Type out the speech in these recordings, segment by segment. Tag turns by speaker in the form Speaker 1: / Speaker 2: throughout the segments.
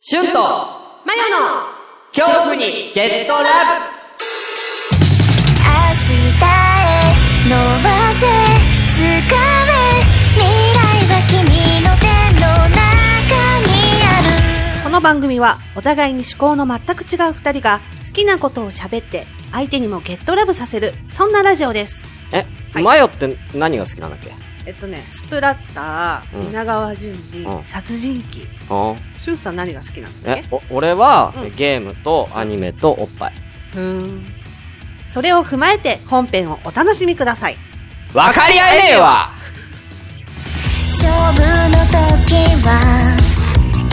Speaker 1: シュンと
Speaker 2: マヨの
Speaker 1: 恐怖にゲッ
Speaker 3: 明日へ
Speaker 1: トラブ
Speaker 3: 伸ばせ掴め未来は君の手の中にある
Speaker 2: この番組はお互いに思考の全く違う二人が好きなことを喋って相手にもゲットラブさせるそんなラジオです
Speaker 1: え、
Speaker 2: はい
Speaker 1: マヨって何が好きなんだっけ
Speaker 2: えっとねスプラッタ
Speaker 1: うん
Speaker 2: ー稲川淳二、
Speaker 1: うん
Speaker 2: 殺人鬼
Speaker 1: うん
Speaker 2: しゅんさん何が好きなんだっ
Speaker 1: え
Speaker 2: け、
Speaker 1: お俺は、
Speaker 2: うん
Speaker 1: ゲームとアニメとおっぱい。
Speaker 2: ふーんそれを踏まえて本編をお楽しみください
Speaker 1: わかり合えねえわ
Speaker 3: 勝負の時は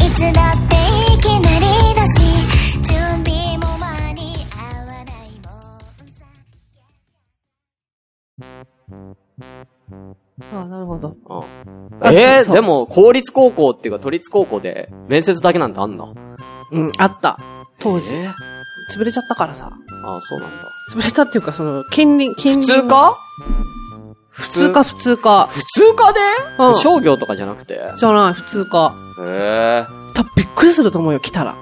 Speaker 3: いつだっていきなりだし準備も間に合わないもんさ
Speaker 2: あなるほど
Speaker 1: うん
Speaker 2: あ
Speaker 1: え
Speaker 2: そ
Speaker 1: ー、
Speaker 2: う
Speaker 1: でも、公立高校っていうか都立高校で、面接だけなんてあんの
Speaker 2: うんあった当時、
Speaker 1: えー
Speaker 2: 潰れちゃったからさ
Speaker 1: あ、そうなんだ。
Speaker 2: 潰れたっていうかその近隣近
Speaker 1: 普
Speaker 2: 隣
Speaker 1: 通科普
Speaker 2: 普通か普通か
Speaker 1: 普通科で、
Speaker 2: うん
Speaker 1: 商業とかじゃなくて。へ
Speaker 2: じゃない普通か
Speaker 1: え。
Speaker 2: 多分びっくりすると思うよ来たら
Speaker 1: うん。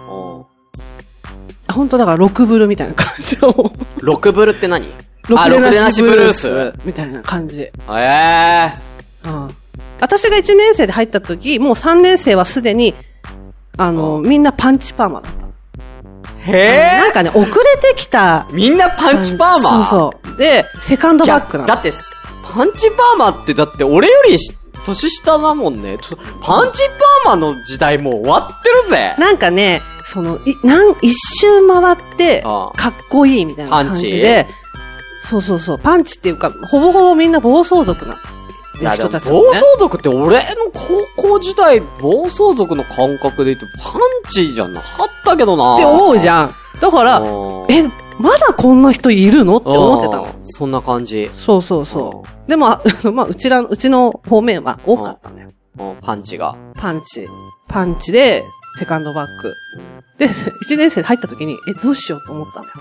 Speaker 2: 本当だから、6ブルみたいな感じの。
Speaker 1: ロクブルって何あ、
Speaker 2: 6
Speaker 1: ロクでなしブルース。へ
Speaker 2: みたいな感じ。
Speaker 1: え。
Speaker 2: うん。私が1年生で入った時、もう3年生はすでに、あの、みんなパンチパーマだったの。
Speaker 1: へえ
Speaker 2: なんかね、遅れてきた。
Speaker 1: みんなパンチパーマー
Speaker 2: そうそう。で、セカンドバックな
Speaker 1: だ
Speaker 2: の。
Speaker 1: ってす、パンチパーマってだって俺よりし年下だもんね。とパンチパーマの時代もう終わってるぜ。
Speaker 2: なんかね、その、い、なん、一周回って、
Speaker 1: あ
Speaker 2: か
Speaker 1: あ
Speaker 2: っこいいみたいな感じで、そうそうそう、パンチっていうか、ほぼほぼみんな暴走族な。
Speaker 1: いやで
Speaker 2: 人
Speaker 1: も暴
Speaker 2: たち
Speaker 1: 走
Speaker 2: だね
Speaker 1: 族って俺の高校時代、暴走族の感覚で言うとパンチじゃなかったけどな。
Speaker 2: って思うじゃん。だから、
Speaker 1: うん
Speaker 2: え、まだこんな人いるのって思ってたの。
Speaker 1: うんそんな感じ。
Speaker 2: そうそうそう。でも、あまあ、うちら、うちの方面は多かったのよ。
Speaker 1: うんパンチが。
Speaker 2: パンチ。パンチで、セカンドバック。で、1年生入った時に、え、どうしようと思ったのよ。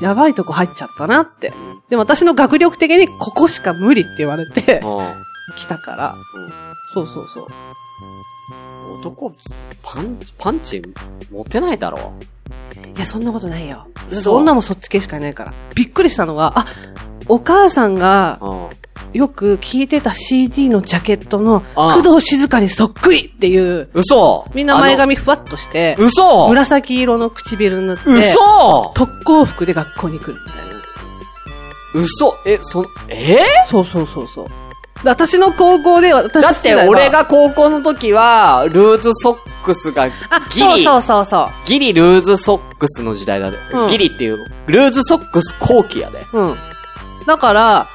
Speaker 1: うん。
Speaker 2: やばいとこ入っちゃったなって。でも私の学力的に、ここしか無理って言われて、
Speaker 1: う
Speaker 2: 来たから。そうそうそう。
Speaker 1: ん。男、パンチ、パンチ、持てないだろ。
Speaker 2: いや、そんなことないよ。
Speaker 1: 嘘
Speaker 2: そんなもんそっち系しかいないから。びっくりしたのは、あ、お母さんが
Speaker 1: うん。
Speaker 2: よく聴いてた CD のジャケットの、
Speaker 1: あ
Speaker 2: 工藤静香にそっくりっていう、
Speaker 1: 嘘
Speaker 2: みんな前髪ふわっとして、
Speaker 1: あの嘘
Speaker 2: 紫色の唇塗って、
Speaker 1: 嘘
Speaker 2: 特攻服で学校に来るみたいな。
Speaker 1: 嘘え、そ、え
Speaker 2: そうそうそうそう。で私の高校で
Speaker 1: ー
Speaker 2: 私
Speaker 1: だって
Speaker 2: 世代は
Speaker 1: 俺、が高校の時は、ルーズソックスが、ギ
Speaker 2: あ、
Speaker 1: リ、
Speaker 2: そうそうそうそ
Speaker 1: ギリルーズソックスの時代だね。
Speaker 2: うん
Speaker 1: ギリっていう、ルーズソックス後期やで。
Speaker 2: う。うん。だから、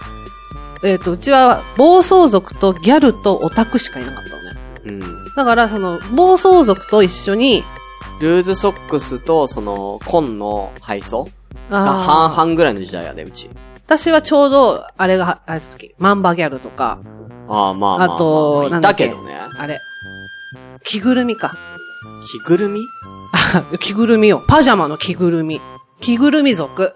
Speaker 2: えっ、と、うちは暴走族とギャルとオタクしかいなかったのね。
Speaker 1: うん。
Speaker 2: だから、その、暴走族と一緒に、
Speaker 1: ルーズソックスと、その、紺の配送が
Speaker 2: あー
Speaker 1: 半々ぐらいの時代やで、うち。
Speaker 2: 私はちょうど、あれが、あれの時、マンバギャルとか、
Speaker 1: ああ、まあまあまあ。
Speaker 2: あと
Speaker 1: まあ
Speaker 2: ないんだ
Speaker 1: た
Speaker 2: っけ
Speaker 1: けどね。
Speaker 2: あれ、着ぐるみか。
Speaker 1: 着ぐるみ
Speaker 2: 着ぐるみよ。パジャマの着ぐるみ。着ぐるみ族。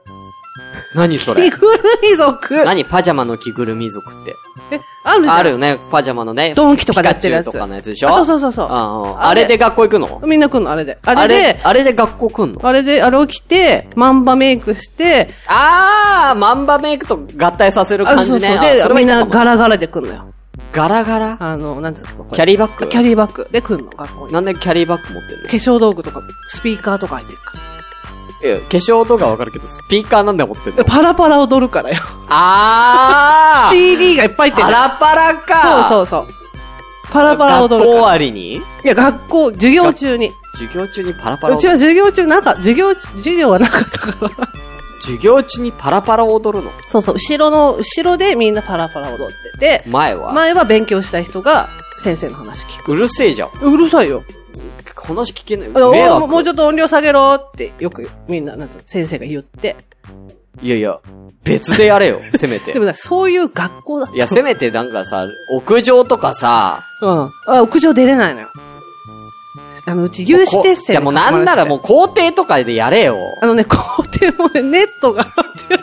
Speaker 1: 何 そ
Speaker 2: 着
Speaker 1: れ
Speaker 2: ぐるみ族
Speaker 1: 何パジャマの着ぐるみ族って。
Speaker 2: え、あるじゃん。
Speaker 1: あるよね、パジャマのね。
Speaker 2: ドンキとかでやってるやつ
Speaker 1: ピカチュウとかのやつでしょ
Speaker 2: あそうそうそうそう
Speaker 1: あうんあれで学校行くの
Speaker 2: みんな来んの、あれで。あれ
Speaker 1: あれ
Speaker 2: で、
Speaker 1: あれで学校来んの
Speaker 2: あれで、あれを着て、マンバメイクして、
Speaker 1: あー、マンバメイクと合体させる感
Speaker 2: あ、
Speaker 1: じ
Speaker 2: そう
Speaker 1: ね。
Speaker 2: そう。
Speaker 1: あ
Speaker 2: で
Speaker 1: それ、もい
Speaker 2: み
Speaker 1: い
Speaker 2: ん
Speaker 1: の
Speaker 2: な
Speaker 1: かも
Speaker 2: ガラガラで来んのよ。
Speaker 1: ガラガラ
Speaker 2: あの、なんていうんですか、これ
Speaker 1: キャリーバッグ
Speaker 2: キャリーバッグで来んの、学校に。
Speaker 1: なんでキャリーバッグ持ってんの
Speaker 2: 化粧道具とか、スピーカーとか入ってるか
Speaker 1: いや化粧とかわかるけど、スピーカーなんで持ってん
Speaker 2: ら。
Speaker 1: の
Speaker 2: パラパラ踊るからよ。
Speaker 1: あー
Speaker 2: CD がいっぱい入って
Speaker 1: パ
Speaker 2: るの。
Speaker 1: ラパラか
Speaker 2: そううそうそう。パラパラ踊る
Speaker 1: 学校終
Speaker 2: から。
Speaker 1: わりに
Speaker 2: いや、学校、授業中に。
Speaker 1: 授業中にパラパラ
Speaker 2: うち
Speaker 1: 踊る
Speaker 2: は授業中、なんか、授業、授業はなかったから。
Speaker 1: 授業中にパラパラ踊るの
Speaker 2: そうそう、後ろの、後ろでみんなパラパラ踊ってて、
Speaker 1: 前は、
Speaker 2: 前は勉強したい人が先生の話聞
Speaker 1: うるせえじゃん。
Speaker 2: く。うるさいよ。
Speaker 1: 話聞けない。
Speaker 2: あの
Speaker 1: 迷
Speaker 2: も
Speaker 1: 惑
Speaker 2: うもうちょっと音量下げろってよくみんな、なんつうの先生が言って。
Speaker 1: いやいや、別でやれよ、せめ て
Speaker 2: で。もねそういう学校だった。
Speaker 1: いや、せめてなんかさ、屋上とかさ、
Speaker 2: うん。あ、屋上出れないのよ。あの、うち有志
Speaker 1: こ
Speaker 2: 鉄線
Speaker 1: じゃあもうなんならもう
Speaker 2: う。
Speaker 1: 校庭とかでやれよ。
Speaker 2: あのね、校庭もね、ネットが張ってあ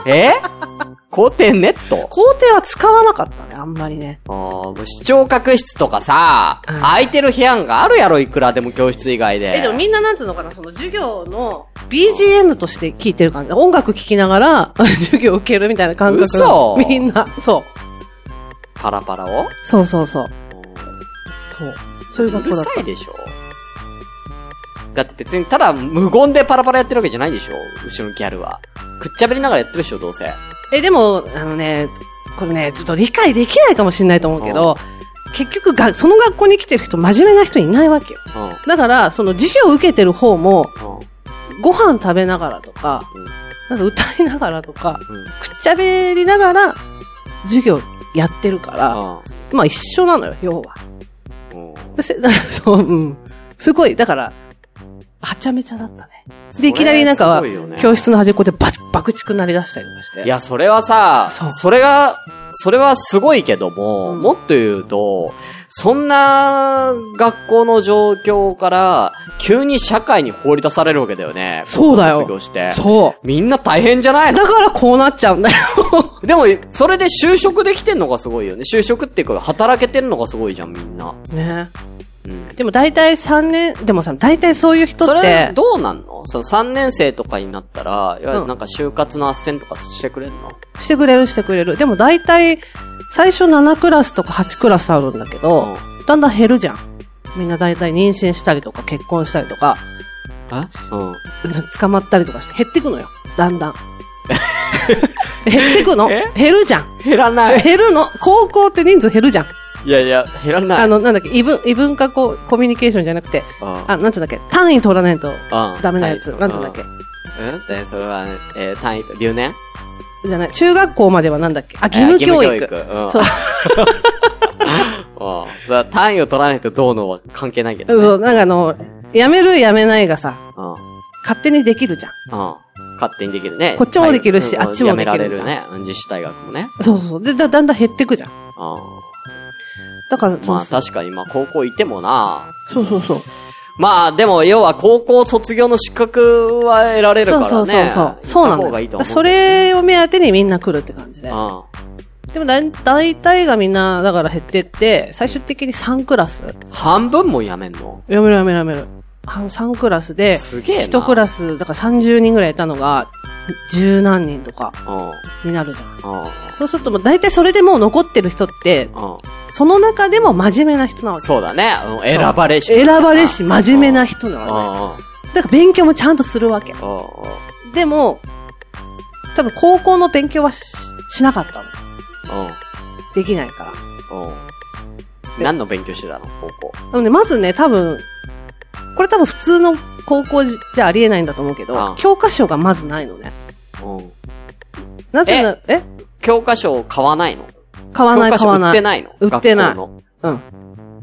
Speaker 2: って、
Speaker 1: え肯定ネット
Speaker 2: 皇帝は使わなかったね、あんまりね。
Speaker 1: あーもう視聴覚室とかさ、
Speaker 2: うん
Speaker 1: 空いてる部屋があるやろ、いくらでも教室以外で。
Speaker 2: え、でもみんななんつうのかな、その授業の BGM として聞いてる感じ。音楽聴きながら 授業受けるみたいな感覚が
Speaker 1: 嘘
Speaker 2: みんな、そう。
Speaker 1: パラパラを
Speaker 2: そうそうそう。そう。そういう
Speaker 1: う
Speaker 2: 学
Speaker 1: る
Speaker 2: 校だっ
Speaker 1: さいでしょだって別に、ただ無言でパラパラやってるわけじゃないでしょ後ろのギャルは。くっちゃべりながらやってるでしょ、どうせ。
Speaker 2: た。え、でも、あのね、これね、ちょっと理解できないかもしれないと思うけど、結局が、その学校に来てる人、真面目な人いないわけよ。
Speaker 1: うん。うん。
Speaker 2: だから、その授業を受けてる方も、ご飯食べながらとか、なんか歌いながらとか、
Speaker 1: うん。
Speaker 2: くっちゃべりながら、授業やってるから、まあ一緒なのよ、要は。
Speaker 1: うん。うん。
Speaker 2: でせ そう、うん。すごい、だから、はちゃめちゃだったね。で、いきなりなんかは
Speaker 1: それすごいよね、
Speaker 2: 教室の端っこでバチ爆竹鳴り出したりとかして。
Speaker 1: いや、それはさ、
Speaker 2: そう
Speaker 1: それが、それはすごいけども、
Speaker 2: うん
Speaker 1: もっと言うと、そんな学校の状況から、急に社会に放り出されるわけだよね。
Speaker 2: そうだよ
Speaker 1: 高校卒業して。
Speaker 2: そ。
Speaker 1: みんな大変じゃないうの
Speaker 2: だからこうなっちゃうんだよ。
Speaker 1: でも、それで就職できてんのがすごいよね。就職っていうか、働けてんのがすごいじゃん、みんな。
Speaker 2: ね。
Speaker 1: うん。
Speaker 2: でも大体3年、でもさ、大体そういう人
Speaker 1: そ
Speaker 2: っ
Speaker 1: れ
Speaker 2: て、、
Speaker 1: どうなんのその3年生とかになったら、いわゆ
Speaker 2: うん
Speaker 1: るなんか就活の斡旋とかしてくれんの、
Speaker 2: してくれるしてくれる。でも大体、最初7クラスとか8クラスあるんだけど、だんだん減るじゃん。みんな大体妊娠したりとか結婚したりとか、
Speaker 1: えうん。
Speaker 2: 捕まったりとかして減ってくのよ。だんだ ん。減ってくの
Speaker 1: え
Speaker 2: 減るじゃん。
Speaker 1: 減らない。
Speaker 2: 減るの高校って人数減るじゃん。
Speaker 1: いやいや、減らない。
Speaker 2: あの、なんだっけ、異文、異文化こうコミュニケーションじゃなくて、
Speaker 1: うん
Speaker 2: あ、なんつうんだっけ、単位取らないと
Speaker 1: うん
Speaker 2: ダメなやつ。
Speaker 1: 単位
Speaker 2: なんつうんだっけ。
Speaker 1: うんで、それは、えー、単位と、留年
Speaker 2: じゃない、中学校まではなんだっけあ、義務教育。
Speaker 1: 義務教育うん
Speaker 2: そう。
Speaker 1: うん。だから単位を取らないとどうのは関係ないけど ね。
Speaker 2: そう、なんかあの、やめるやめないがさ、
Speaker 1: うん。うん。
Speaker 2: 勝手にできるじゃん。
Speaker 1: 勝手にできるね。
Speaker 2: こっちもできるし
Speaker 1: はいうん
Speaker 2: あっちもできる
Speaker 1: やめられるね。うん自主大学もね。
Speaker 2: そうそうそう。で、だ、だんだん減ってくじゃん。
Speaker 1: う
Speaker 2: だから、
Speaker 1: ん。
Speaker 2: そ
Speaker 1: ま
Speaker 2: う
Speaker 1: あ確かに、まあ高校いてもな。
Speaker 2: そうそうそう。
Speaker 1: まあでも、要は高校卒業の資格は得られるか
Speaker 2: そ
Speaker 1: ら
Speaker 2: う
Speaker 1: ね。
Speaker 2: そうそうそう。そうな
Speaker 1: 行った方
Speaker 2: の
Speaker 1: がい
Speaker 2: よ。
Speaker 1: いと
Speaker 2: だか
Speaker 1: 思
Speaker 2: ら
Speaker 1: う。
Speaker 2: それを目当てにみんな来るって感じで
Speaker 1: う。ん。
Speaker 2: でもだい、大体がみんな、だから減ってって、最終的に3クラス。
Speaker 1: 半分もやめんの
Speaker 2: やめるやめるやめる。あの、3クラスで、
Speaker 1: すげえな。
Speaker 2: 1クラス、だから30人ぐらいいたのが、十何人とか
Speaker 1: うん。うん。
Speaker 2: になるじゃん。
Speaker 1: うん。
Speaker 2: そうするともう大体それでもう残ってる人って、
Speaker 1: うん。
Speaker 2: その中でも真面目な人なわけ。
Speaker 1: そうだね。うん選ばれし。
Speaker 2: 選ばれし、真面目な人な
Speaker 1: う
Speaker 2: わ
Speaker 1: ん。うん。
Speaker 2: け。だから勉強もちゃんとするわけ。
Speaker 1: うんうん
Speaker 2: でも、多分高校の勉強はししなかったの。できないから。
Speaker 1: うん。うん。何の勉強してたの高校。
Speaker 2: なので、まずね、多分、これ多分普通の高校じじゃありえないんだと思うけ
Speaker 1: あ
Speaker 2: ど
Speaker 1: あ、
Speaker 2: 教科書がまずないのね。
Speaker 1: うん。
Speaker 2: なぜな、え
Speaker 1: 教科書を買わないの
Speaker 2: 買わない、買
Speaker 1: 教科書
Speaker 2: わ
Speaker 1: 売
Speaker 2: な
Speaker 1: って
Speaker 2: い。
Speaker 1: ないの
Speaker 2: 売ってない
Speaker 1: 学校
Speaker 2: うん。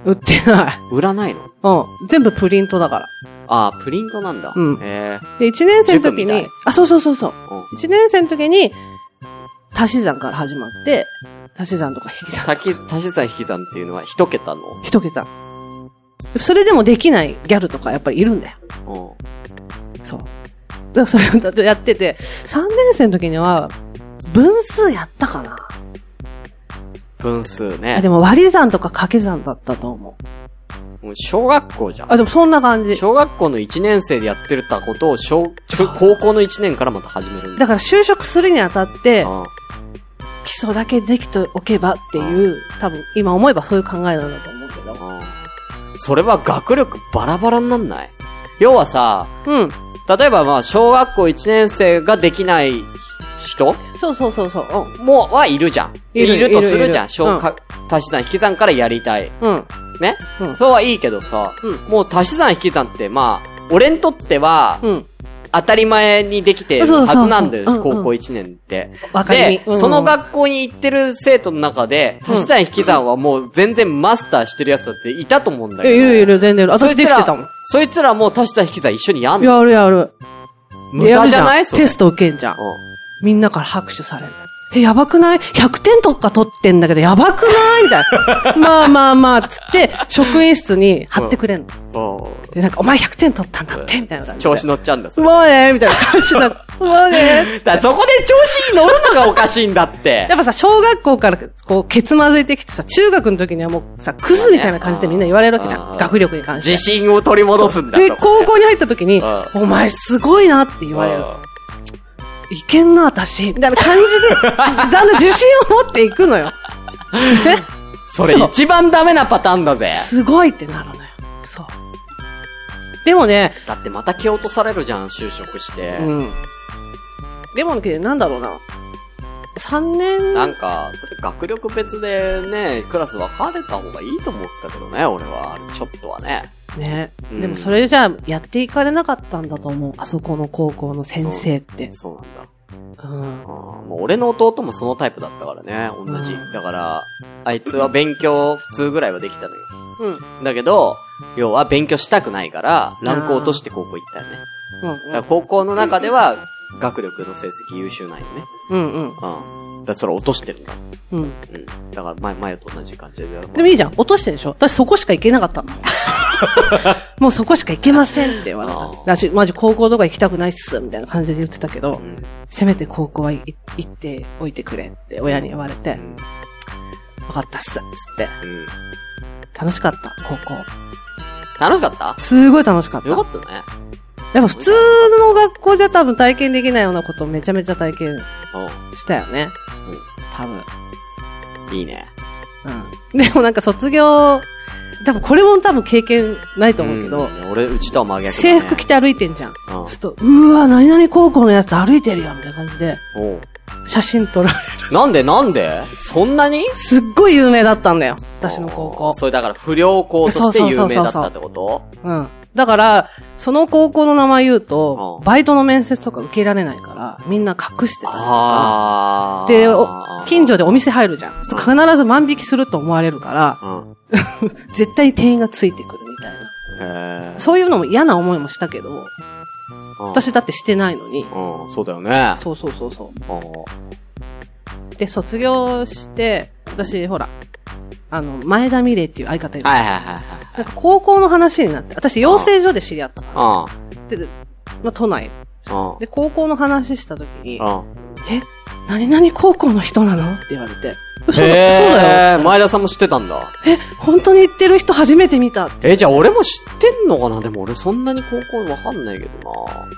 Speaker 2: 売ってない。
Speaker 1: の売らないの
Speaker 2: うん。全部プリントだから。
Speaker 1: ああ、プリントなんだ。
Speaker 2: うん
Speaker 1: え
Speaker 2: で、1年生の時
Speaker 1: 塾みたい
Speaker 2: に、あ、そうそうそうそう。
Speaker 1: えうん。
Speaker 2: 1年生の時に、足し算から始まって、足し算とか引き算。
Speaker 1: たき、足し算引き算っていうのは一桁の。
Speaker 2: 一桁。それでもできないギャルとかやっぱりいるんだよ。
Speaker 1: うん。
Speaker 2: そう。だからそれをだってやってて、3年生の時には、分数やったかな
Speaker 1: 分数
Speaker 2: あ
Speaker 1: ね。
Speaker 2: でも割り算とか掛け算だったと思う。
Speaker 1: もう小学校じゃ
Speaker 2: あ、
Speaker 1: ん。
Speaker 2: でもそんな感じ。
Speaker 1: 小学校の1年生でやってるたことを小、中、高校の1年からまた始めるんだ。
Speaker 2: だから就職するにあたって、
Speaker 1: うん
Speaker 2: 基礎だけできておけばっていう、多分今思えばそういう考えなんだと思うけ
Speaker 1: うんそれは学力バラバラになんない要はさ、
Speaker 2: ど。うん。
Speaker 1: 例えばまあ、小学校1年生ができない人
Speaker 2: そうそうそうそう。
Speaker 1: も、はいるじゃん。
Speaker 2: い
Speaker 1: い
Speaker 2: る
Speaker 1: る
Speaker 2: い
Speaker 1: と
Speaker 2: る
Speaker 1: するじ
Speaker 2: い
Speaker 1: ゃ
Speaker 2: る
Speaker 1: ん。小か足し算引き算からやりたい。
Speaker 2: うん。うん。
Speaker 1: ね、
Speaker 2: うん
Speaker 1: そうはいいけどさ、
Speaker 2: うん
Speaker 1: もう足し算引き算ってまあ、俺にとっては、
Speaker 2: うん。
Speaker 1: 当たり前にできてる
Speaker 2: そうそう
Speaker 1: はずなんだよ、
Speaker 2: うんうん
Speaker 1: 高校1年って。
Speaker 2: わかりみ
Speaker 1: で、
Speaker 2: うんうん
Speaker 1: その学校に行ってる生徒の中で、
Speaker 2: ん
Speaker 1: 足し算引き算はもう全然マスターしてるやつだっていたと思うんだけ
Speaker 2: え、
Speaker 1: ど。
Speaker 2: いるいる、全然いる。
Speaker 1: そ
Speaker 2: 私
Speaker 1: い
Speaker 2: で
Speaker 1: つ
Speaker 2: き
Speaker 1: ら
Speaker 2: てたもん。
Speaker 1: そいつらもう足した引き算一緒にやんの
Speaker 2: やるやる。
Speaker 1: 無駄じゃない
Speaker 2: やる
Speaker 1: それ。
Speaker 2: テスト受けんじゃん。
Speaker 1: う
Speaker 2: みんなから拍手される。え、やばくない ?100 点とか取ってんだけど、やばくないみたいな。 まあまあまあ、つって、職員室に貼ってくれんの。
Speaker 1: ん。うん
Speaker 2: で、なんか、お前100点取ったんだって、みたいな感じで。
Speaker 1: 調子乗っちゃうんだ。
Speaker 2: すごいねみたいな感じになっそうね。
Speaker 1: だからそこで調子に乗るのがおかしいんだって
Speaker 2: や。っぱさ、小学校から、こう、ケツまずいてきてさ、中学の時にはもうさ、クズみたいな感じでみんな言われるわけじゃ。
Speaker 1: うんん
Speaker 2: 学力に関して。
Speaker 1: 自信を取り戻すんだ
Speaker 2: で、
Speaker 1: と。
Speaker 2: 高校に入った時に
Speaker 1: うん、
Speaker 2: お前すごいなって言われる。
Speaker 1: う
Speaker 2: いけんな、私。みたいな感じで、だんだん自信を持っていくのよ。ね
Speaker 1: んそれ一番ダメなパターンだぜ。
Speaker 2: すごいってなるのよ。そう。でもね、
Speaker 1: だってまた蹴落とされるじゃん、就職して。
Speaker 2: うん。でもね、なんだろうな。3年、
Speaker 1: なんか、それ学力別でね、クラス分かれた方がいいと思ったけどね、俺は。ちょっとはね。
Speaker 2: ね。
Speaker 1: うん
Speaker 2: でもそれじゃあ、やっていかれなかったんだと思う。あそこの高校の先生って。
Speaker 1: そうなんだ。
Speaker 2: うん
Speaker 1: あー。もう俺の弟もそのタイプだったからね、同じ。
Speaker 2: うん
Speaker 1: だから、あいつは勉強普通ぐらいはできたのよ。
Speaker 2: うん。うん。
Speaker 1: だけど、要は勉強したくないから、ランクを落として高校行ったよね。だから高校の中では、学力の成績優秀なんよね。
Speaker 2: うん。うん。
Speaker 1: うん。だからそれ落としてるんだ。
Speaker 2: うん。
Speaker 1: うん。だから前、前と同じ感じで。
Speaker 2: でもいいじゃん。落としてるでしょ私そこしか行けなかった の。もうそこしか行けませんって言われ
Speaker 1: あー
Speaker 2: た。私、マジ高校とか行きたくないっす、みたいな感じで言ってたけど、
Speaker 1: うん。
Speaker 2: せめて高校はい行っておいてくれって親に言われて、分かったっす、つって。
Speaker 1: うん。
Speaker 2: 楽しかった、高校。
Speaker 1: 楽しかった
Speaker 2: すごい楽しかった。
Speaker 1: よか
Speaker 2: やっ
Speaker 1: ったね。
Speaker 2: ぱ普通の学校じゃ多分体験できないようなことをめちゃめちゃ体験したよね。多分。
Speaker 1: うん。いいね。
Speaker 2: うん。でもなんか卒業、多分これも多分経験ないと思うけど、
Speaker 1: ん俺、うちとは真逆だ、
Speaker 2: 制
Speaker 1: ね。
Speaker 2: 服着て歩いてんじゃん。
Speaker 1: う
Speaker 2: ち
Speaker 1: ん
Speaker 2: ょっと、うーわ、何々高校のやつ歩いてるよ、みたいな感じで、
Speaker 1: おう
Speaker 2: 写真撮られ る。
Speaker 1: なんでなんでそんなに
Speaker 2: すっごい有名だったんだよ、私の高校。
Speaker 1: それだから不良校として有名だったってこと
Speaker 2: うん。だから、その高校の名前言うと
Speaker 1: う、ん
Speaker 2: バイトの面接とか受けられないから、みんな隠してた。
Speaker 1: あー。
Speaker 2: で、お近所でお店入るじゃん。ちょっと必ず万引きすると思われるから、
Speaker 1: うん。
Speaker 2: 絶対に店員がついてくるみたいな。
Speaker 1: へー。
Speaker 2: そういうのも嫌な思いもしたけど、
Speaker 1: うん、
Speaker 2: 私だってしてないのに。
Speaker 1: うん、そうだよね。
Speaker 2: そうそうそうそう。
Speaker 1: うん
Speaker 2: で、卒業して、私、ほら、あの、前田美玲っていう相方いる。
Speaker 1: はいはいはい
Speaker 2: なんか高校の話になって、私養成所で知り合ったか
Speaker 1: はい。
Speaker 2: ら。で、まあ、都内。
Speaker 1: うん。うん。
Speaker 2: で、高校の話した時に、
Speaker 1: うん。
Speaker 2: え、何々高校の人なのって言われて。嘘だ、嘘だ
Speaker 1: へ
Speaker 2: よ。
Speaker 1: ー。前田さんも知ってたんだ。
Speaker 2: え、本当に言ってる人初めて見たって。
Speaker 1: え、じゃあ俺も知ってんのかなでも俺そんなに高校わかんないけど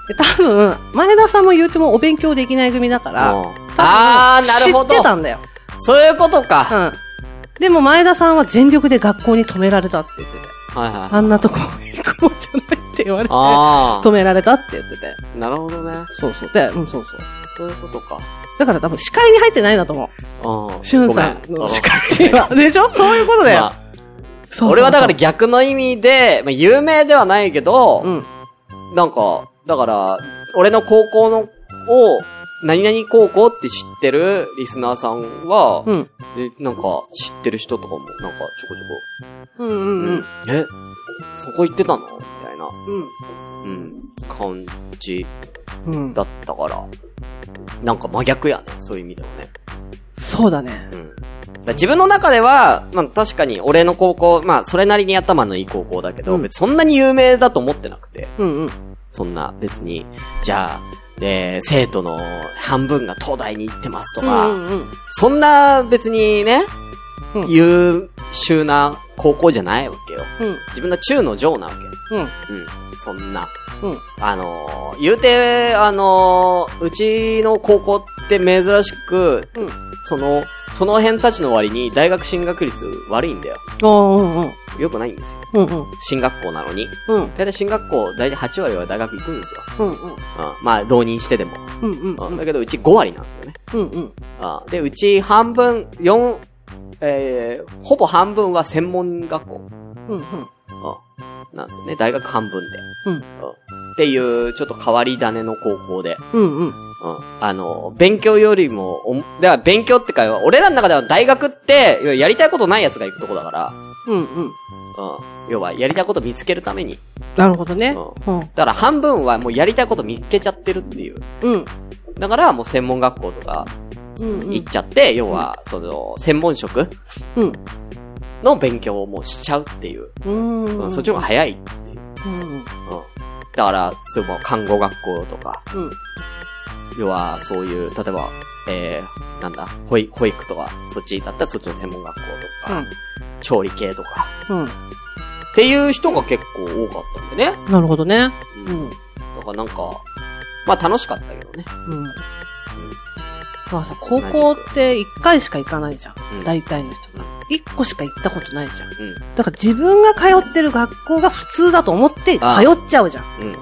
Speaker 2: で多分、前田さんも言うてもお勉強できない組だか
Speaker 1: な。
Speaker 2: ら、
Speaker 1: うん
Speaker 2: 多分
Speaker 1: あー、なるほ
Speaker 2: 知って
Speaker 1: ど。
Speaker 2: たんだよ。
Speaker 1: そういうことか。
Speaker 2: う
Speaker 1: は
Speaker 2: ん。でも前田さんは全力で学校に止められたって言ってて。
Speaker 1: いはい。
Speaker 2: あんなとこ行くもんじゃないって言われて。
Speaker 1: あ
Speaker 2: 止められたって言ってて。
Speaker 1: ー。なるほどね。
Speaker 2: そうそう。で、うん、そうそう。
Speaker 1: そういうことか。
Speaker 2: だから多分視界に入ってないんだと思
Speaker 1: うん。
Speaker 2: う。しゅんさんの視界っていうのは。でし ょそういうことだよ。
Speaker 1: まあ
Speaker 2: そうそうそう
Speaker 1: 俺はだから、逆の意味で、まあ、有名ではないけど、
Speaker 2: うん。
Speaker 1: なんか、だから、俺の高校の、を、何々高校って知ってるリスナーさんは、
Speaker 2: うん。
Speaker 1: えなんか、知ってる人とかも、なんか、ちょこ
Speaker 2: うんうん
Speaker 1: ちょこ、
Speaker 2: うん。
Speaker 1: え、そこ行ってたのみたいな、
Speaker 2: う
Speaker 1: うん、感じ
Speaker 2: ん。うん。
Speaker 1: だったから、なんか真逆やね、そういう意味ではね。
Speaker 2: そうだね
Speaker 1: う。ん。だから自分の中では、まあ確かに俺の高校、まあそれなりに頭のいい高校だけど、
Speaker 2: うん
Speaker 1: 別にそんなに有名だと思ってなくて、
Speaker 2: うんうん。
Speaker 1: そんな別に、じゃあ、で、生徒の半分が東大に行ってますと
Speaker 2: う
Speaker 1: か、
Speaker 2: んうんうん。
Speaker 1: そんな別にね、
Speaker 2: うん
Speaker 1: 優秀な高校じゃないわけよ。
Speaker 2: うん
Speaker 1: 自分が中の上なわ
Speaker 2: うん
Speaker 1: け。うん。そんな。
Speaker 2: うん。
Speaker 1: あのー、言うて、あのー、うちの高校って珍しく、
Speaker 2: うん
Speaker 1: その、その辺たちの割に大学進学率悪いんだよ。
Speaker 2: おーうんうん。
Speaker 1: よくないんですよ。
Speaker 2: うんうん。
Speaker 1: 進学校なのに。
Speaker 2: うん
Speaker 1: 大体進学校、大体8割は大学行くんですよ。
Speaker 2: うん
Speaker 1: うん、まあ、浪人してでも。
Speaker 2: うん。うんうん
Speaker 1: うん、だけど、うち5割なんですよね。
Speaker 2: うんうん。
Speaker 1: あで、うち半分、4、えー、ほぼ半分は専門学校。
Speaker 2: うんうん。
Speaker 1: うんなんですよね。大学半分で。
Speaker 2: うん
Speaker 1: っていう、ちょっと変わり種の高校で。
Speaker 2: うんうん。
Speaker 1: うん。あの、勉強よりも、おだから勉強ってか、俺らの中では大学って、要はやりたいことない奴が行くとこだから、
Speaker 2: うんうん。
Speaker 1: うん。要は、やりたいこと見つけるために。
Speaker 2: なるほどね。う。
Speaker 1: うんだから半分はもうやりたいこと見つけちゃってるっていう。
Speaker 2: うん。
Speaker 1: だからもう専門学校とか
Speaker 2: うんうん
Speaker 1: 行っちゃって、要は、その、専門職
Speaker 2: うん。
Speaker 1: の勉強をもうしちゃうっていう。
Speaker 2: うん
Speaker 1: う、
Speaker 2: うんん。
Speaker 1: そっちの方が早いってい
Speaker 2: う
Speaker 1: う。
Speaker 2: んうん。
Speaker 1: うん。だから、そう、まあ看護学校とか、
Speaker 2: うん。
Speaker 1: 要は、そういう、例えば、えー、なんだ、保育、保育とか、そっちだったらそっちの専門学校とか、調理系とか、
Speaker 2: うん。うん。
Speaker 1: っていう人が結構多かったんでね。
Speaker 2: なるほどね。
Speaker 1: う
Speaker 2: うん。うん。
Speaker 1: だからなんか、まあ楽しかったけどね。
Speaker 2: まあさ、高校って一回しか行かないじゃん。
Speaker 1: うん
Speaker 2: 大体の人が。一個しか行ったことないじゃん。
Speaker 1: うん。
Speaker 2: だから自分が通ってる学校が普通だと思って通
Speaker 1: ああ
Speaker 2: っちゃうじゃん。
Speaker 1: うん。い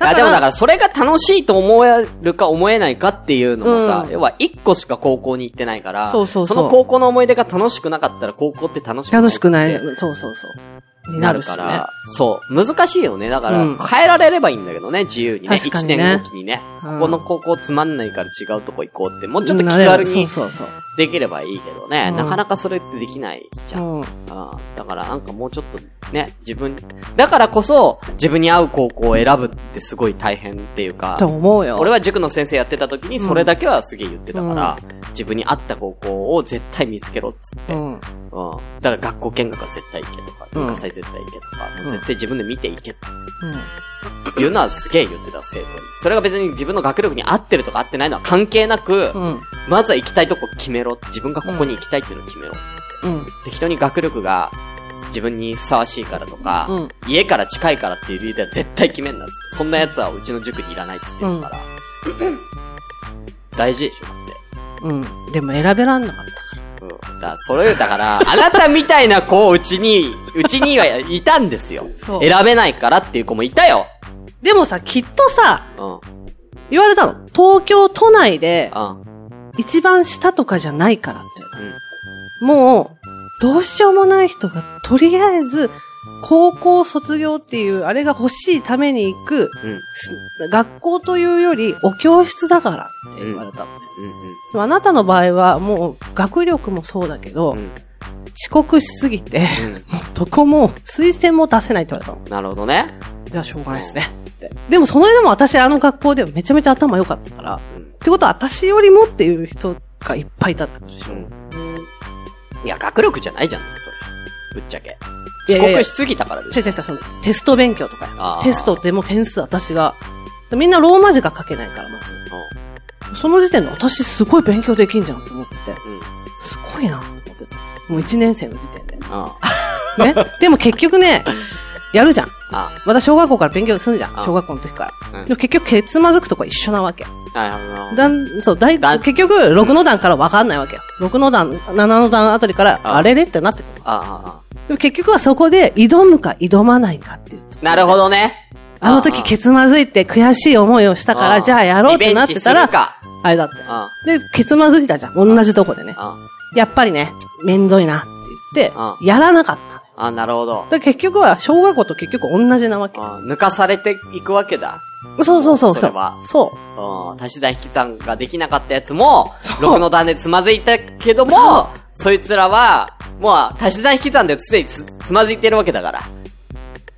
Speaker 2: ら
Speaker 1: や、でもだから、それが楽しいと思えるか思えないかっていうのもさ、
Speaker 2: うん
Speaker 1: 要は一個しか高校に行ってないから、
Speaker 2: そうそうそう
Speaker 1: の高校の思い出が楽しくなかったら高校って楽しくない。
Speaker 2: 楽しくない。
Speaker 1: って
Speaker 2: そうそうそう。にな
Speaker 1: なる
Speaker 2: るし
Speaker 1: か
Speaker 2: ね。
Speaker 1: ら、そう。難しいよね。だから、
Speaker 2: うん
Speaker 1: 変えられればいいんだけどね、自由にね。
Speaker 2: 確か
Speaker 1: 1
Speaker 2: にね
Speaker 1: 年後期にね。
Speaker 2: うん
Speaker 1: ここの高校つまんないから違うとこ行こうって、もうちょっと気
Speaker 2: なれる
Speaker 1: 軽に
Speaker 2: そうそう
Speaker 1: できればいいけどね。
Speaker 2: うん
Speaker 1: なかなかそれってできないじゃん。
Speaker 2: そう。うん。
Speaker 1: ああ、だからなんかもうちょっとね、自分、だからこそ自分に合う高校を選ぶってすごい大変っていうか
Speaker 2: と、思うよ。
Speaker 1: 俺
Speaker 2: は、
Speaker 1: は塾の先生やってた時にそれだけはすげえ言ってたから、自分に合った高校を絶対見つけろっつって。
Speaker 2: う
Speaker 1: うん。
Speaker 2: ん。
Speaker 1: だから学校見学は絶対行けと
Speaker 2: う
Speaker 1: か、
Speaker 2: ん
Speaker 1: 文化祭絶対行けとか、もううん絶対自分で見て行けっていうのはすげえ言ってた生徒に。それが別に自分の学力に合ってるとか合ってないのは関係なく、
Speaker 2: うん。うん。
Speaker 1: まずは行きたいとこ決めろ。自分がここに行きたいっていうのを決めろっつって。
Speaker 2: うん。
Speaker 1: 適当に学力が自分にふさわしいからとか、
Speaker 2: うん
Speaker 1: 家から近いからっていう理由では絶対決めんなっつって。そんな奴はうちの塾にいらないっつってる から。大事でしょ、だ
Speaker 2: うん。でも選べらんなかった。
Speaker 1: って。うん。だから、それ、だ から、あなたみたいな子をうちに、うちにはいたんですよ。
Speaker 2: そ
Speaker 1: 選
Speaker 2: う
Speaker 1: べないからっていう子もいたよ。
Speaker 2: でもさ、きっとさ、
Speaker 1: うん。うん。
Speaker 2: 言われたの。東京都内で、
Speaker 1: あ
Speaker 2: 一番下とかじゃないからって言われた。もう、どうしようもない人が、とりあえず、高校卒業っていう、あれが欲しいために行く、
Speaker 1: うん。うん。
Speaker 2: す学校というより、お教室だからって言われたのね。でもあなたの場合は、もう、学力もそうだけど、
Speaker 1: うん。
Speaker 2: 遅刻しすぎて、
Speaker 1: うん。
Speaker 2: どこも、推薦も出せないって言われたの。
Speaker 1: なるほどね。
Speaker 2: いや、しょうがないですね。つってでも、その間も私、あの学校ではめちゃめちゃ頭良かったから、
Speaker 1: うん
Speaker 2: っ。てことは、私よりもっていう人がいっぱいいたってことでしょ。
Speaker 1: うん。いや、学力じゃないじゃん、それ。ぶっちゃけ。
Speaker 2: いや
Speaker 1: 遅
Speaker 2: いやいや
Speaker 1: 刻しすぎたからでし
Speaker 2: 違う違う違う、その、テスト勉強とか
Speaker 1: あ
Speaker 2: や
Speaker 1: ー
Speaker 2: テストでも点数私が。みんなローマ字が書けないから、まず。
Speaker 1: ょ。うん。
Speaker 2: その時点で私すごい勉強できんじゃんと思ってて。
Speaker 1: うん
Speaker 2: すごいなと思ってて。もう1年生の時 点で。
Speaker 1: あ
Speaker 2: ね。でも結局ね、やるじゃん。
Speaker 1: あ、
Speaker 2: また小学校から勉強するじゃん。
Speaker 1: あ
Speaker 2: 小学校の時か
Speaker 1: う
Speaker 2: ら。
Speaker 1: ん
Speaker 2: でも結局、ケツまずくとこは一緒なわけ。
Speaker 1: あの、
Speaker 2: だん、そう、だい、
Speaker 1: だ
Speaker 2: 結局、六の段から分かんないわけよ。六の段、七の段あたりから、
Speaker 1: あ
Speaker 2: あれれってなってくる。
Speaker 1: ああ、
Speaker 2: でも結局はそこで、挑むか挑まないかっていうとこ
Speaker 1: なるほどね。
Speaker 2: あの時ケツまずいって悔しい思いをしたか
Speaker 1: あ
Speaker 2: ら、
Speaker 1: ー
Speaker 2: じゃあやろうってなってた
Speaker 1: リベンジする
Speaker 2: ら、
Speaker 1: か
Speaker 2: あれだって。
Speaker 1: あ
Speaker 2: で、ケツまずいたじゃん。同じとこでね。
Speaker 1: あ、
Speaker 2: やっぱりね、めんどいなって言っ
Speaker 1: う
Speaker 2: て、やらなかった。
Speaker 1: あ、なるほど。
Speaker 2: だから結局は、小学校と結局同じなわけ。
Speaker 1: あ抜かされていくわけだ。
Speaker 2: そうそうそう。
Speaker 1: それは
Speaker 2: そう。
Speaker 1: うん足し算引き算ができなかったやつも、
Speaker 2: そう
Speaker 1: 6の段でつまずいたけど
Speaker 2: そう
Speaker 1: も、そいつらは、もう足し算引き算で常につつまずいてるわけだから。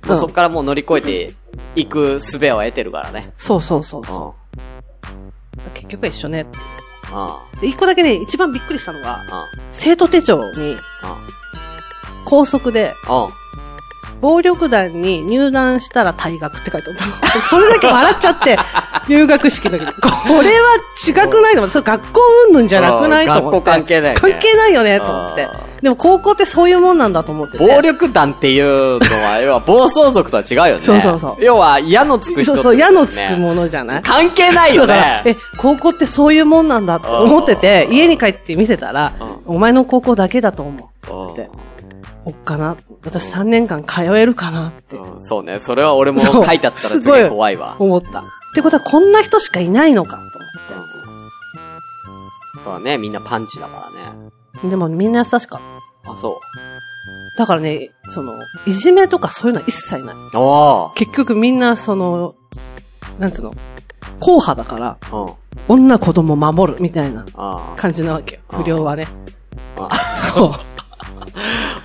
Speaker 1: もうそっからもう乗り越えていく術を得てるからね。
Speaker 2: そうそうそう
Speaker 1: うん。うん
Speaker 2: そう。結局は一緒ねって。
Speaker 1: うん。
Speaker 2: で、一個だけね、一番びっくりしたのが、
Speaker 1: うん。
Speaker 2: 生徒手帳に、高速で、
Speaker 1: うん。
Speaker 2: 暴力団に入団したら退学って書いてあった の。それだけ笑っちゃって、入学式の時に。これは違くないと思って、それ学校云々じゃなくないと思って。
Speaker 1: 学校関係ないよね
Speaker 2: 関係ないよね、と思って
Speaker 1: あ。
Speaker 2: でも高校ってそういうもんなんだと思ってて。
Speaker 1: 暴力団っていうのは、要は暴走族とは違うよね。
Speaker 2: そうそうそう
Speaker 1: 要は、矢のつく
Speaker 2: そう
Speaker 1: 人って
Speaker 2: そ
Speaker 1: こと
Speaker 2: う、
Speaker 1: だ
Speaker 2: 矢
Speaker 1: よね
Speaker 2: のつくものじゃない
Speaker 1: 関係ないよ
Speaker 2: だから
Speaker 1: ね。
Speaker 2: え、高校ってそういうもんなんだって思ってて、
Speaker 1: うん
Speaker 2: 家に帰って見せたら、
Speaker 1: う
Speaker 2: お前の高校だけだと思
Speaker 1: うん
Speaker 2: う。って。おっかな。私3年間通えるかなって
Speaker 1: うんそうね。それは俺も
Speaker 2: そう
Speaker 1: 書いてあったらす
Speaker 2: すごい
Speaker 1: げえ怖いわ。
Speaker 2: 思った。ってことはこんな人しかいないのかと思って。
Speaker 1: うんそうだね。みんなパンチだからね。
Speaker 2: でもみんな優しかっ
Speaker 1: あ、そ
Speaker 2: た。だからね、その、いじめとかそういうのは一切ない。
Speaker 1: う。お
Speaker 2: 結局みんな、その、なんつうの、硬派だから、
Speaker 1: ー。うん。
Speaker 2: 女子供守るみたいな
Speaker 1: あー
Speaker 2: 感じなわけよ。不良はね。
Speaker 1: あ
Speaker 2: そう。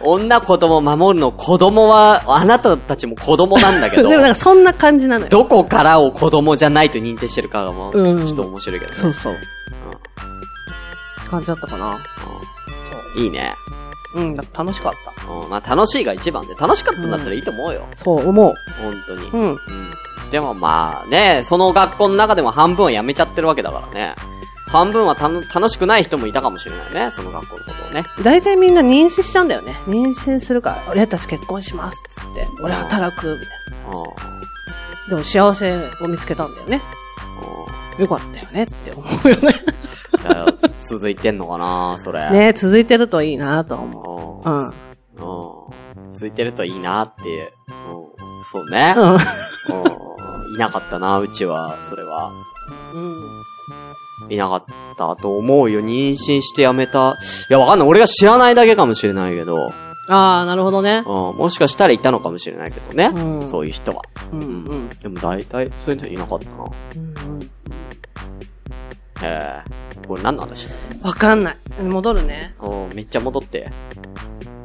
Speaker 1: 女子供守るの子供は、あなたたちも子供なんだけ
Speaker 2: で
Speaker 1: ど
Speaker 2: も、なんかそんな感じなのよ。
Speaker 1: どこからを子供じゃないと認定してるかがも、ち
Speaker 2: う
Speaker 1: ょ
Speaker 2: ん
Speaker 1: っと面白いけどね。
Speaker 2: そうそう。
Speaker 1: うん
Speaker 2: 感じだったかな。
Speaker 1: うんいいね。
Speaker 2: うん、だから楽しかった。
Speaker 1: うん、まあ楽しいが一番で、楽しかったんだったらいいと思うよ。
Speaker 2: そう、思う。
Speaker 1: 本当に。
Speaker 2: うん。
Speaker 1: うん。でもまあね、その学校の中でも半分はやめちゃってるわけだからね。半分はたの楽しくない人もいたかもしれないね、その学校のことをね。
Speaker 2: 大体みんな妊娠しちゃうんだよね。妊娠するから、俺たち結婚しますっつって、俺働く、みたいな。でも幸せを見つけたんだよね。よかったよねって思う よね。
Speaker 1: うん。だから続いてんのかな、それ。
Speaker 2: ね続いてるといいなと思
Speaker 1: うん。
Speaker 2: う。うん。う。
Speaker 1: うんん。続いてるといいなっていう。うん。そうね。うん。いなかったな、うちは、それは。いなかったと思うよ。妊娠して辞めた。いや、わかんない。俺が知らないだけかもしれないけど。
Speaker 2: ああ、なるほどね。
Speaker 1: うん。もしかしたらいたのかもしれないけどね。
Speaker 2: うん
Speaker 1: そういう人は。
Speaker 2: うんう。
Speaker 1: うんでも大体、そういう人いなかったな。
Speaker 2: うんうん
Speaker 1: へえ。これ何の話だ
Speaker 2: わかんない。戻るね。
Speaker 1: うん。めっちゃ戻って。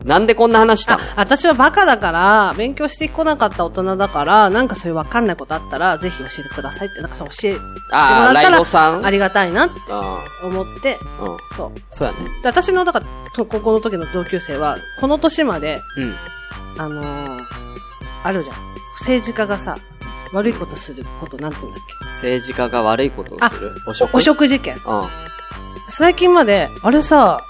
Speaker 1: なんでこんな話したの
Speaker 2: あ、私はバカだから、勉強してこなかった大人だから、なんかそういうわかんないことあったら、ぜひ教えてくださいって、なんかそう教えても
Speaker 1: あ
Speaker 2: ら
Speaker 1: あ、
Speaker 2: っ
Speaker 1: ライ
Speaker 2: た
Speaker 1: ドさん
Speaker 2: ら、ありがたいなって
Speaker 1: う
Speaker 2: 思って、
Speaker 1: ん。うん。
Speaker 2: そう。
Speaker 1: そうやね。
Speaker 2: で私の、だから、と高校の時の同級生は、この年まで、
Speaker 1: うん。
Speaker 2: あのー、あるじゃん。政治家がさ、悪いことすることなんて言うんだっ
Speaker 1: 政治家が悪いことをする。お食
Speaker 2: け。お食事券。
Speaker 1: うん。
Speaker 2: 最近まで、あれさ、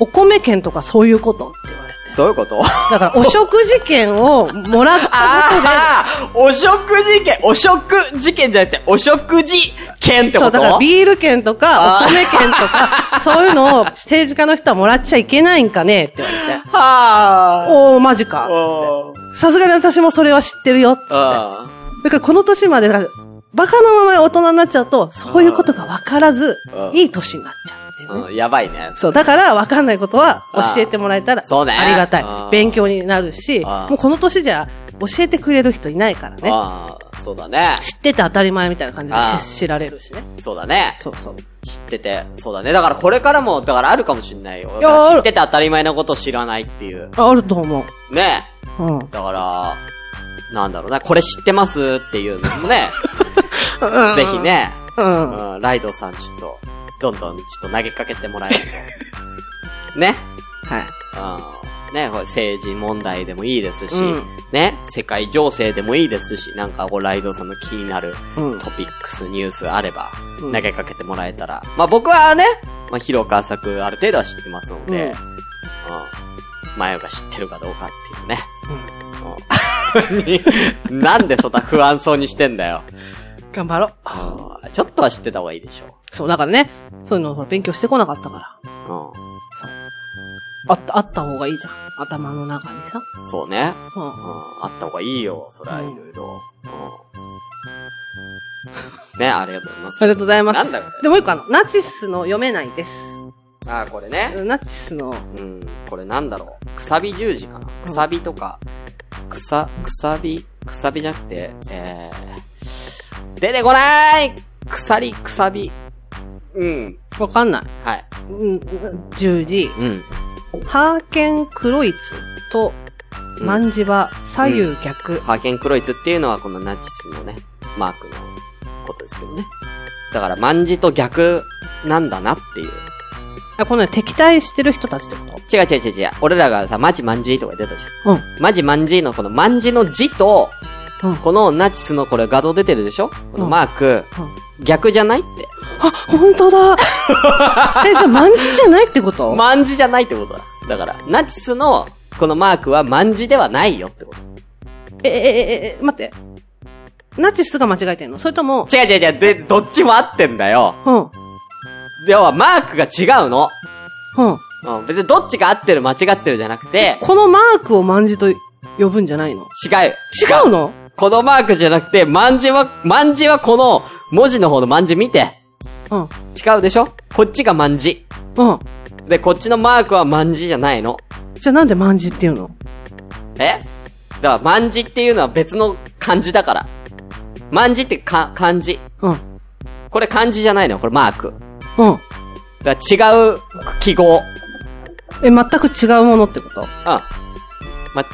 Speaker 2: お米券とかそういうことって言われて。
Speaker 1: どういうこと
Speaker 2: だ から、お食事券をもらったことで、
Speaker 1: ああ お食事券お食事件じゃなくて、お食事券って
Speaker 2: そ
Speaker 1: こ
Speaker 2: う、だ
Speaker 1: と
Speaker 2: からビール券とか、お米券と か、そういうのを政治家の人はもらっちゃいけないんかねって言われて。
Speaker 1: は
Speaker 2: おー、マジか
Speaker 1: あ。。おー
Speaker 2: さすがに私もそれは知ってるよっつって。
Speaker 1: あ
Speaker 2: だからこの年まで、だからバカのまま大人になっちゃうと、そういうことが分からず
Speaker 1: うん、
Speaker 2: いい年になっちゃうんだよね。
Speaker 1: あ。うん、やばいね。
Speaker 2: そう、だから分かんないことは教えてもらえたら、
Speaker 1: あそうね
Speaker 2: ありがたい
Speaker 1: うん。
Speaker 2: 勉強になるし、
Speaker 1: ん
Speaker 2: もうこの年じゃ教えてくれる人いないからね。
Speaker 1: ああ、そうだね。
Speaker 2: 知ってて当たり前みたいな感じで
Speaker 1: あ
Speaker 2: 知知られるしね。
Speaker 1: そうだね。
Speaker 2: そうそう。
Speaker 1: 知ってて。そうだね。だからこれからも、だからあるかもしんないよ。
Speaker 2: いや
Speaker 1: だから
Speaker 2: あ
Speaker 1: 知
Speaker 2: る
Speaker 1: ってて当たり前のことを知らないっていう。
Speaker 2: ああると思
Speaker 1: ね
Speaker 2: う。うん。
Speaker 1: だから、なんだろうな、これ知ってますっていうの もね、ぜひね、
Speaker 2: うん。
Speaker 1: うん、ライドさんちょっと、どんどんちょっと投げかけてもらえる と。ね。
Speaker 2: はい。
Speaker 1: うん。ね、これ政治問題でもいいですし、
Speaker 2: うん
Speaker 1: ね、世界情勢でもいいですし、なんかこうライドさんの気になる
Speaker 2: うん
Speaker 1: トピックス、ニュースあれば、投
Speaker 2: うん
Speaker 1: げかけてもらえたら。まあ僕はね、まあ広く浅くある程度は知ってますので、
Speaker 2: うん
Speaker 1: うん。マヨが知ってるかどうかっていうね。うん なんでそんな不安そうにしてんだよ。
Speaker 2: 頑張ろう。
Speaker 1: うんちょっとは知ってた方がいいでしょ
Speaker 2: そう、だからね、そういうのをほら勉強してこなかったから。
Speaker 1: う。うん。
Speaker 2: あった、あった方がいいじゃん。頭の中にさ。
Speaker 1: そうね。
Speaker 2: うん
Speaker 1: うん。あった方がいいよ。そりゃ、いろいろ。うん。ね、ありがとうございま
Speaker 2: あ
Speaker 1: す。
Speaker 2: りがとうございます。
Speaker 1: なんだこ
Speaker 2: で、もう一個あの、ナチスの読めないです。
Speaker 1: れ。あー、これね。
Speaker 2: ナチスの、
Speaker 1: うん。これなんだろう。くさび十字かな。くさびとか、くさ、くさび、くさびじゃなくて、えー、出てこない鎖、くさび。うん。
Speaker 2: わかんない。
Speaker 1: はい。
Speaker 2: うん、十字、
Speaker 1: うん。
Speaker 2: ハーケンクロイツと、
Speaker 1: うん
Speaker 2: 万字は左右逆。
Speaker 1: ハーケンクロイツっていうのはこのナチスのね、マークのことですけどね。だから、万字と逆なんだなっていう。
Speaker 2: あ、このね、敵対してる人たちってこ
Speaker 1: 違う違う違う違う。俺らがさ、マジマンジーとか言ってたじゃん。
Speaker 2: とうん。
Speaker 1: マジマンジーのこのマンジの字と、
Speaker 2: うん
Speaker 1: このナチスのこれ画像出てるでしょこのマーク、逆じゃないって。
Speaker 2: あ、本当 だえ、じゃあ万字じゃないってこと、
Speaker 1: マンジじゃないってことだ。だから、ナチスのこのマークはマンジではないよってこ
Speaker 2: え、え、え、え、待って。ナチスが間違えてんのそれとも、
Speaker 1: と。違う違う違う。で、どっちも合ってんだよ。
Speaker 2: うん、うん。
Speaker 1: 要はマークが違うの。うん、別にどっちが合ってる間違ってるじゃなくて、
Speaker 2: このマークを万字と呼ぶんじゃないの
Speaker 1: 違う。
Speaker 2: 違うの
Speaker 1: このマークじゃなくて、マンジは、マンジはこの文字の方のマンジ見て。
Speaker 2: うん、
Speaker 1: 違うでしょこっちがマンジ。
Speaker 2: うん。
Speaker 1: で、こっちのマークは万字じゃないの。
Speaker 2: じゃあなんで万字っていうの
Speaker 1: えだから、万字っていうのは別の漢字だから。万字ってか、漢字。
Speaker 2: うん、
Speaker 1: これ漢字じゃないのよ、これマーク。
Speaker 2: うん。
Speaker 1: だから違う記号。
Speaker 2: え、全く違うものってこと
Speaker 1: うん。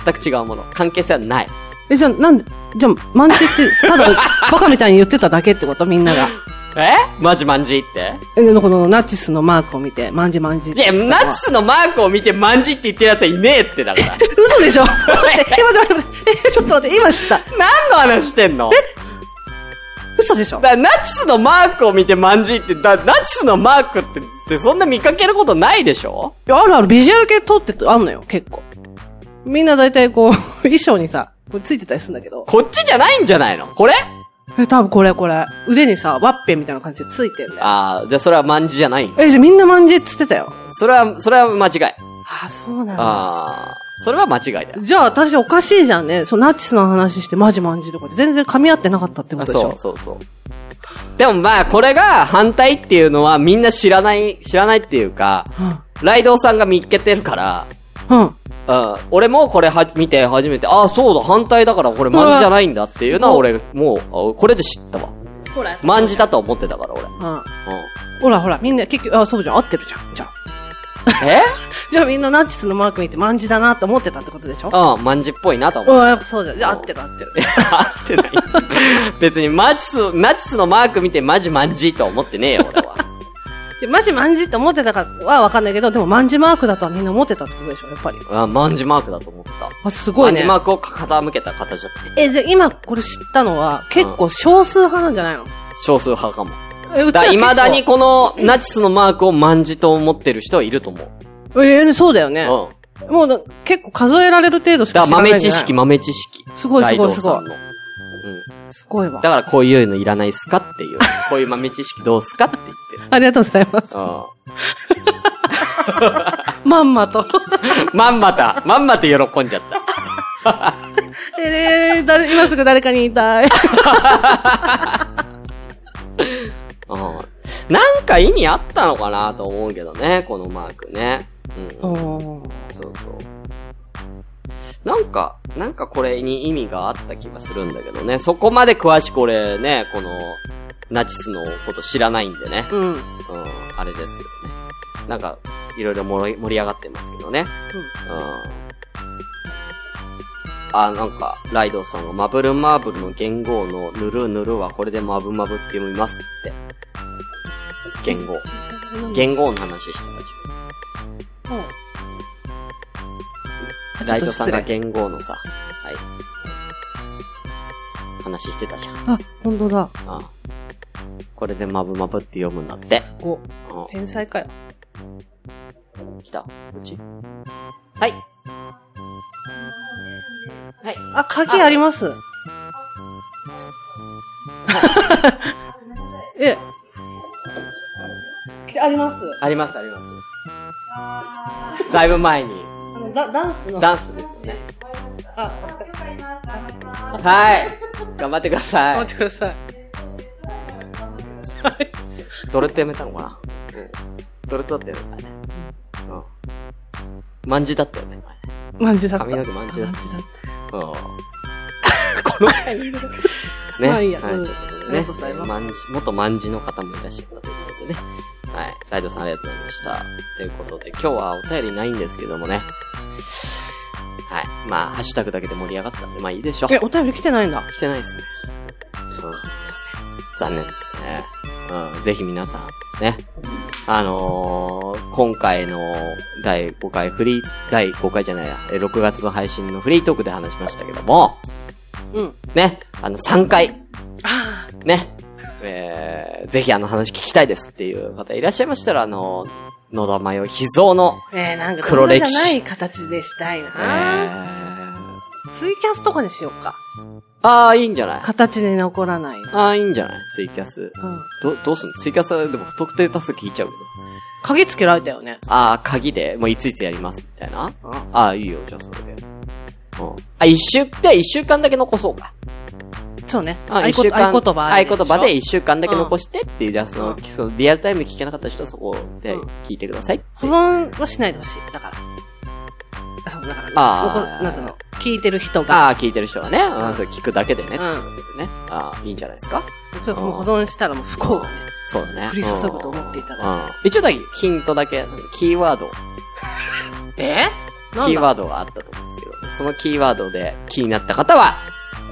Speaker 1: 全く違うもの。関係性はない。
Speaker 2: え、じゃあ、なんで、じゃあ、マンチって、ただ、バカみたいに言ってただけってことみんなが。
Speaker 1: ええマジマンジって
Speaker 2: え、このナチスのマークを見て、まんじまんじ。
Speaker 1: いや、ナチスのマークを見てマンジって言ってる奴はいねえってだから。
Speaker 2: 嘘 でしょ待って、え待って待って待って、えちょっと待って、今知った。
Speaker 1: 何の話してんの
Speaker 2: 嘘でしょ
Speaker 1: だからナチスのマークを見てマンジって、だナチスのマークって、ってそんな見かけることないでしょ
Speaker 2: いやあるある、ビジュアル系撮ってとあんのよ、結構。みんな大体こう、 衣装にさ、これついてたりするんだけど。
Speaker 1: こっちじゃないんじゃないのこれ
Speaker 2: え、多分これこれ。腕にさ、ワッペンみたいな感じでついてんだよ。
Speaker 1: ああ、じゃあそれはマンジじゃないんだ
Speaker 2: え、じゃあみんなまんじっつってたよ。
Speaker 1: それは、それは間違い。
Speaker 2: ああ、そうなんだ。
Speaker 1: ああ、それは間違いだよ。
Speaker 2: じゃあ私おかしいじゃんね。そう、ナチスの話してマジマンジとかで全然噛み合ってなかったってこ
Speaker 1: あ
Speaker 2: とでし
Speaker 1: そ
Speaker 2: ょ
Speaker 1: う。そうそう。でもまあ、これが反対っていうのはみんな知らない、知らないっていうか、ライドウさんが見っけてるから、
Speaker 2: うん。うん。
Speaker 1: うん、俺もこれは見て初めて、ああ、そうだ、反対だからこれマンジじゃないんだっていうのは
Speaker 2: うわ
Speaker 1: 俺、もう、あこれで知ったわ。
Speaker 2: ほら。
Speaker 1: マンジだと思ってたから、俺。うん。
Speaker 2: うん。ほらほら、みんな結局、あ、そうじゃん、合ってるじゃん。じゃあ。
Speaker 1: え
Speaker 2: じゃあみんなナチスのマーク見てマンジだなって思ってたってことでしょ
Speaker 1: うん、マンジっぽいなと
Speaker 2: う
Speaker 1: 思う。
Speaker 2: ん、やっぱそうじゃん。じゃあ合ってる合ってる。
Speaker 1: 合ってない。別にマチス、ナチスのマーク見てマジマンジとは思ってねえよ、俺は。
Speaker 2: で、マジマンジって思ってたかはわかんないけど、でもマンジマークだとはみんな思ってたってことでしょ、やっぱり。
Speaker 1: あ、マンジマークだと思ってた。
Speaker 2: あ、すごい
Speaker 1: マン
Speaker 2: ね
Speaker 1: ジ。マークを傾けた形だった。
Speaker 2: え、じゃあ今これ知ったのは、結構少数派なんじゃないの
Speaker 1: 少数派かも。
Speaker 2: え、うち
Speaker 1: だ
Speaker 2: は
Speaker 1: から
Speaker 2: 結構
Speaker 1: 未だに。このナチスのマークをマンジと思ってる人はいると思う。
Speaker 2: えーそうだよね。
Speaker 1: うん。
Speaker 2: もうだ結構数えられる程度し
Speaker 1: だ
Speaker 2: か
Speaker 1: から
Speaker 2: 知らない
Speaker 1: 豆
Speaker 2: んじ
Speaker 1: 知
Speaker 2: ゃない
Speaker 1: 識、豆知識。
Speaker 2: すごいすごいすごい
Speaker 1: ライドウさんの
Speaker 2: すごいわ
Speaker 1: だ。からこういうのいらないっすかっ ていう。こういう豆知識どうっすかって言ってる。
Speaker 2: ありがとうございます。
Speaker 1: う
Speaker 2: まんまと。
Speaker 1: ん。まんまた、まんまと喜んじゃった。
Speaker 2: えー、誰今すぐ誰かに言いたい。
Speaker 1: うん。なんか意味あったのかなと思うけどね、このマークね。う
Speaker 2: お
Speaker 1: ん。
Speaker 2: ー
Speaker 1: そうそう。なんか、なんかこれに意味があった気がするんだけどね。そこまで詳しく俺ね、この、ナチスのこと知らないんでね。
Speaker 2: うん。うん。
Speaker 1: うん、あれですけどね。なんか、いろいろ盛り盛り上がってますけどね。うん。あ、なんか、ライドさんが、マブルマーブルの元号のぬるぬるはこれでマブマブって読みますって。元号。元号の話してたじゃん。ライドさんが元号のさ、はい。話してたじゃん。
Speaker 2: あ、ほんとだ。
Speaker 1: うん。これでマブマブって読むんだって。
Speaker 2: お、
Speaker 1: う
Speaker 2: 天才かよ。
Speaker 1: ん。来た。こっちはい。はい。
Speaker 2: あ、鍵あります。ええ。あります。
Speaker 1: あります、あります。だいぶ前に、
Speaker 2: あの、ダダンスの。
Speaker 1: ダンスですね。
Speaker 2: あ、
Speaker 1: はい。頑張ってくださ
Speaker 2: 待
Speaker 1: い
Speaker 2: っ。てください。
Speaker 1: どれってやめたのかなうん。どれとだったよね。うん。まんじだったよね。
Speaker 2: マンジだった。
Speaker 1: 髪の毛まんじだっ。
Speaker 2: マンジだった
Speaker 1: うん。この回いいね。ね。
Speaker 2: まあいいや
Speaker 1: は
Speaker 2: うん
Speaker 1: ということ
Speaker 2: あ
Speaker 1: で
Speaker 2: りがとうございます
Speaker 1: まんじ、元まんじの方もいらっしゃったということでね。はい。ライドさんありがとうございました。ということで、今日はお便りないんですけどもね。はい。まあ、ハッシュタグだけで盛り上がったんで、まあいいでしょう。
Speaker 2: え、お便り来てないんだ。
Speaker 1: 来てないですね。そう残念ですね。うん、ぜひ皆さん、ね。あのー、今回の第5回フリー、第5回じゃないや、え6月の配信のフリートークで話しましたけども、
Speaker 2: うん。
Speaker 1: ね、あの3回、
Speaker 2: あ
Speaker 1: ね、えー、ぜひあの話聞きたいですっていう方いらっしゃいましたら、あのー、のだまよ秘蔵の、
Speaker 2: あ。えー、なんか、
Speaker 1: 黒
Speaker 2: 黒
Speaker 1: 歴
Speaker 2: 歴
Speaker 1: 史
Speaker 2: 史。じゃない形でしたいな。
Speaker 1: えー、
Speaker 2: ツイキャスとかにしようか。
Speaker 1: あー、いいんじゃない
Speaker 2: 形に残らない。うん。
Speaker 1: あー、いいんじゃないツイキャス。ど、どうすんのツイキャスはでも不特定多数聞いちゃうけど。
Speaker 2: 鍵つけられたよね。
Speaker 1: ああ、鍵で、もういついつやります、みたいな。
Speaker 2: うん
Speaker 1: ああ、いいよ、じゃあそれで。うん。あ、一週、で、一週間だけ残そうか。
Speaker 2: そうね。
Speaker 1: あ
Speaker 2: 合
Speaker 1: 一週
Speaker 2: 言
Speaker 1: 間
Speaker 2: 合言葉あ
Speaker 1: 合
Speaker 2: る
Speaker 1: 言
Speaker 2: しょ
Speaker 1: 葉で一週間だけ残してっていう、じゃあその
Speaker 2: う、ん
Speaker 1: そのリアルタイムで聞けなかった人はそこで
Speaker 2: うん
Speaker 1: 聞いてください。
Speaker 2: 保存はしないでほしい。だから。あそう、だから、ね、
Speaker 1: あー
Speaker 2: 残なんつうの、聞いてる人が、
Speaker 1: ああ、聞いてる人はね、うん、それ聞くだけで
Speaker 2: うん。
Speaker 1: ね。ね。ああ、いいんじゃないですか。
Speaker 2: もう保存したらもう不幸がね、
Speaker 1: そうだね。
Speaker 2: 降り注ぐと思っていただ
Speaker 1: うん。うん一応だけ、ヒントだけ、キーワード、
Speaker 2: いて。え
Speaker 1: キーワードがあったと思うんですけど、そのキーワードで気になった方は、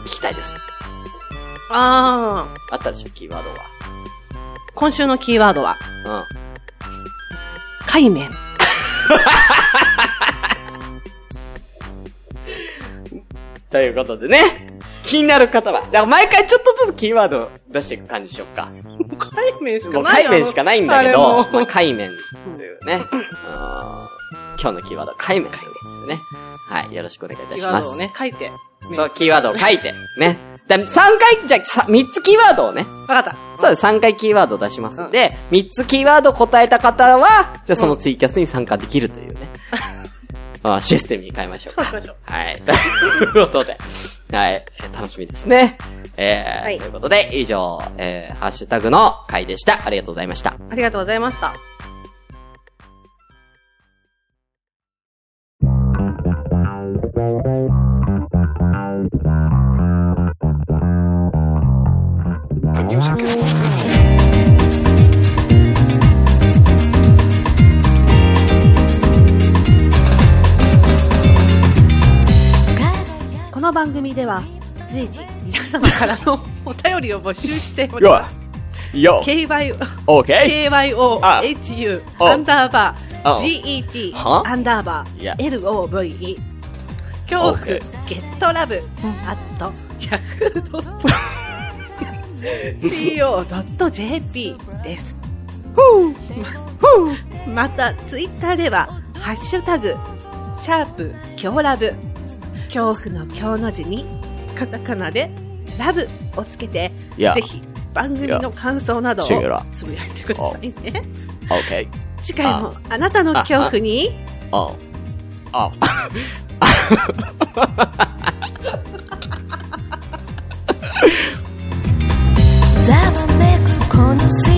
Speaker 1: 聞きたいです。
Speaker 2: あ
Speaker 1: あったでしょ、キーワードが。
Speaker 2: 今週のキーワードは、
Speaker 1: うん。
Speaker 2: 海面。
Speaker 1: ということでね、気になる方は、だから毎回ちょっとずつキーワード出していく感じにしよっか。
Speaker 2: 海面し
Speaker 1: もう海面しかないんだけど、まあ、
Speaker 2: 海
Speaker 1: 海面というね、あー今日のキーワードは海面、海面ですね。はい、よろしくお願いいた
Speaker 2: キ
Speaker 1: し
Speaker 2: ーワ
Speaker 1: ま
Speaker 2: ー
Speaker 1: す。
Speaker 2: ドをね、書いて。
Speaker 1: そう、キーワードを書いて、ね。だ3回、じゃあ、さ3つキーワードをね、
Speaker 2: わかった。
Speaker 1: そうです、3回キーワードを出しますんで、3つキーワード答えた方は、じゃあそのツイキャスに参加できるとい うね。あーシステムに変えましょうか。
Speaker 2: そうしましょ
Speaker 1: はい。 ということで、はい。楽しみですね。えー
Speaker 2: はい
Speaker 1: ということで、以上、えー、ハッシュタグの回でした。ありがとうございました。
Speaker 2: ありがとうございました。この番組では随時皆様からのお便りを募集しております。
Speaker 1: よ
Speaker 2: KYO、
Speaker 1: オーケ
Speaker 2: KYO、
Speaker 1: あ
Speaker 2: HU、
Speaker 1: お
Speaker 2: アンダーバ
Speaker 1: あ
Speaker 2: ー、GET、
Speaker 1: は
Speaker 2: アンダーバ
Speaker 1: いや
Speaker 2: ー、LOVE、恐怖、
Speaker 1: OK
Speaker 2: ゲットラブ、アット、100.co.jp です。また、ツイッターでは、ハッシュタグ、シャープ、恐ラブ、恐怖の恐の字に、カタカナで、ラブをつけて、
Speaker 1: いや
Speaker 2: ぜひ、番組の感想などを
Speaker 1: シングル
Speaker 2: つぶやいてくださいね。
Speaker 1: ー。オーケー。
Speaker 2: 次回もあなたの恐怖に、
Speaker 1: ああ。
Speaker 3: ざわめくこの世界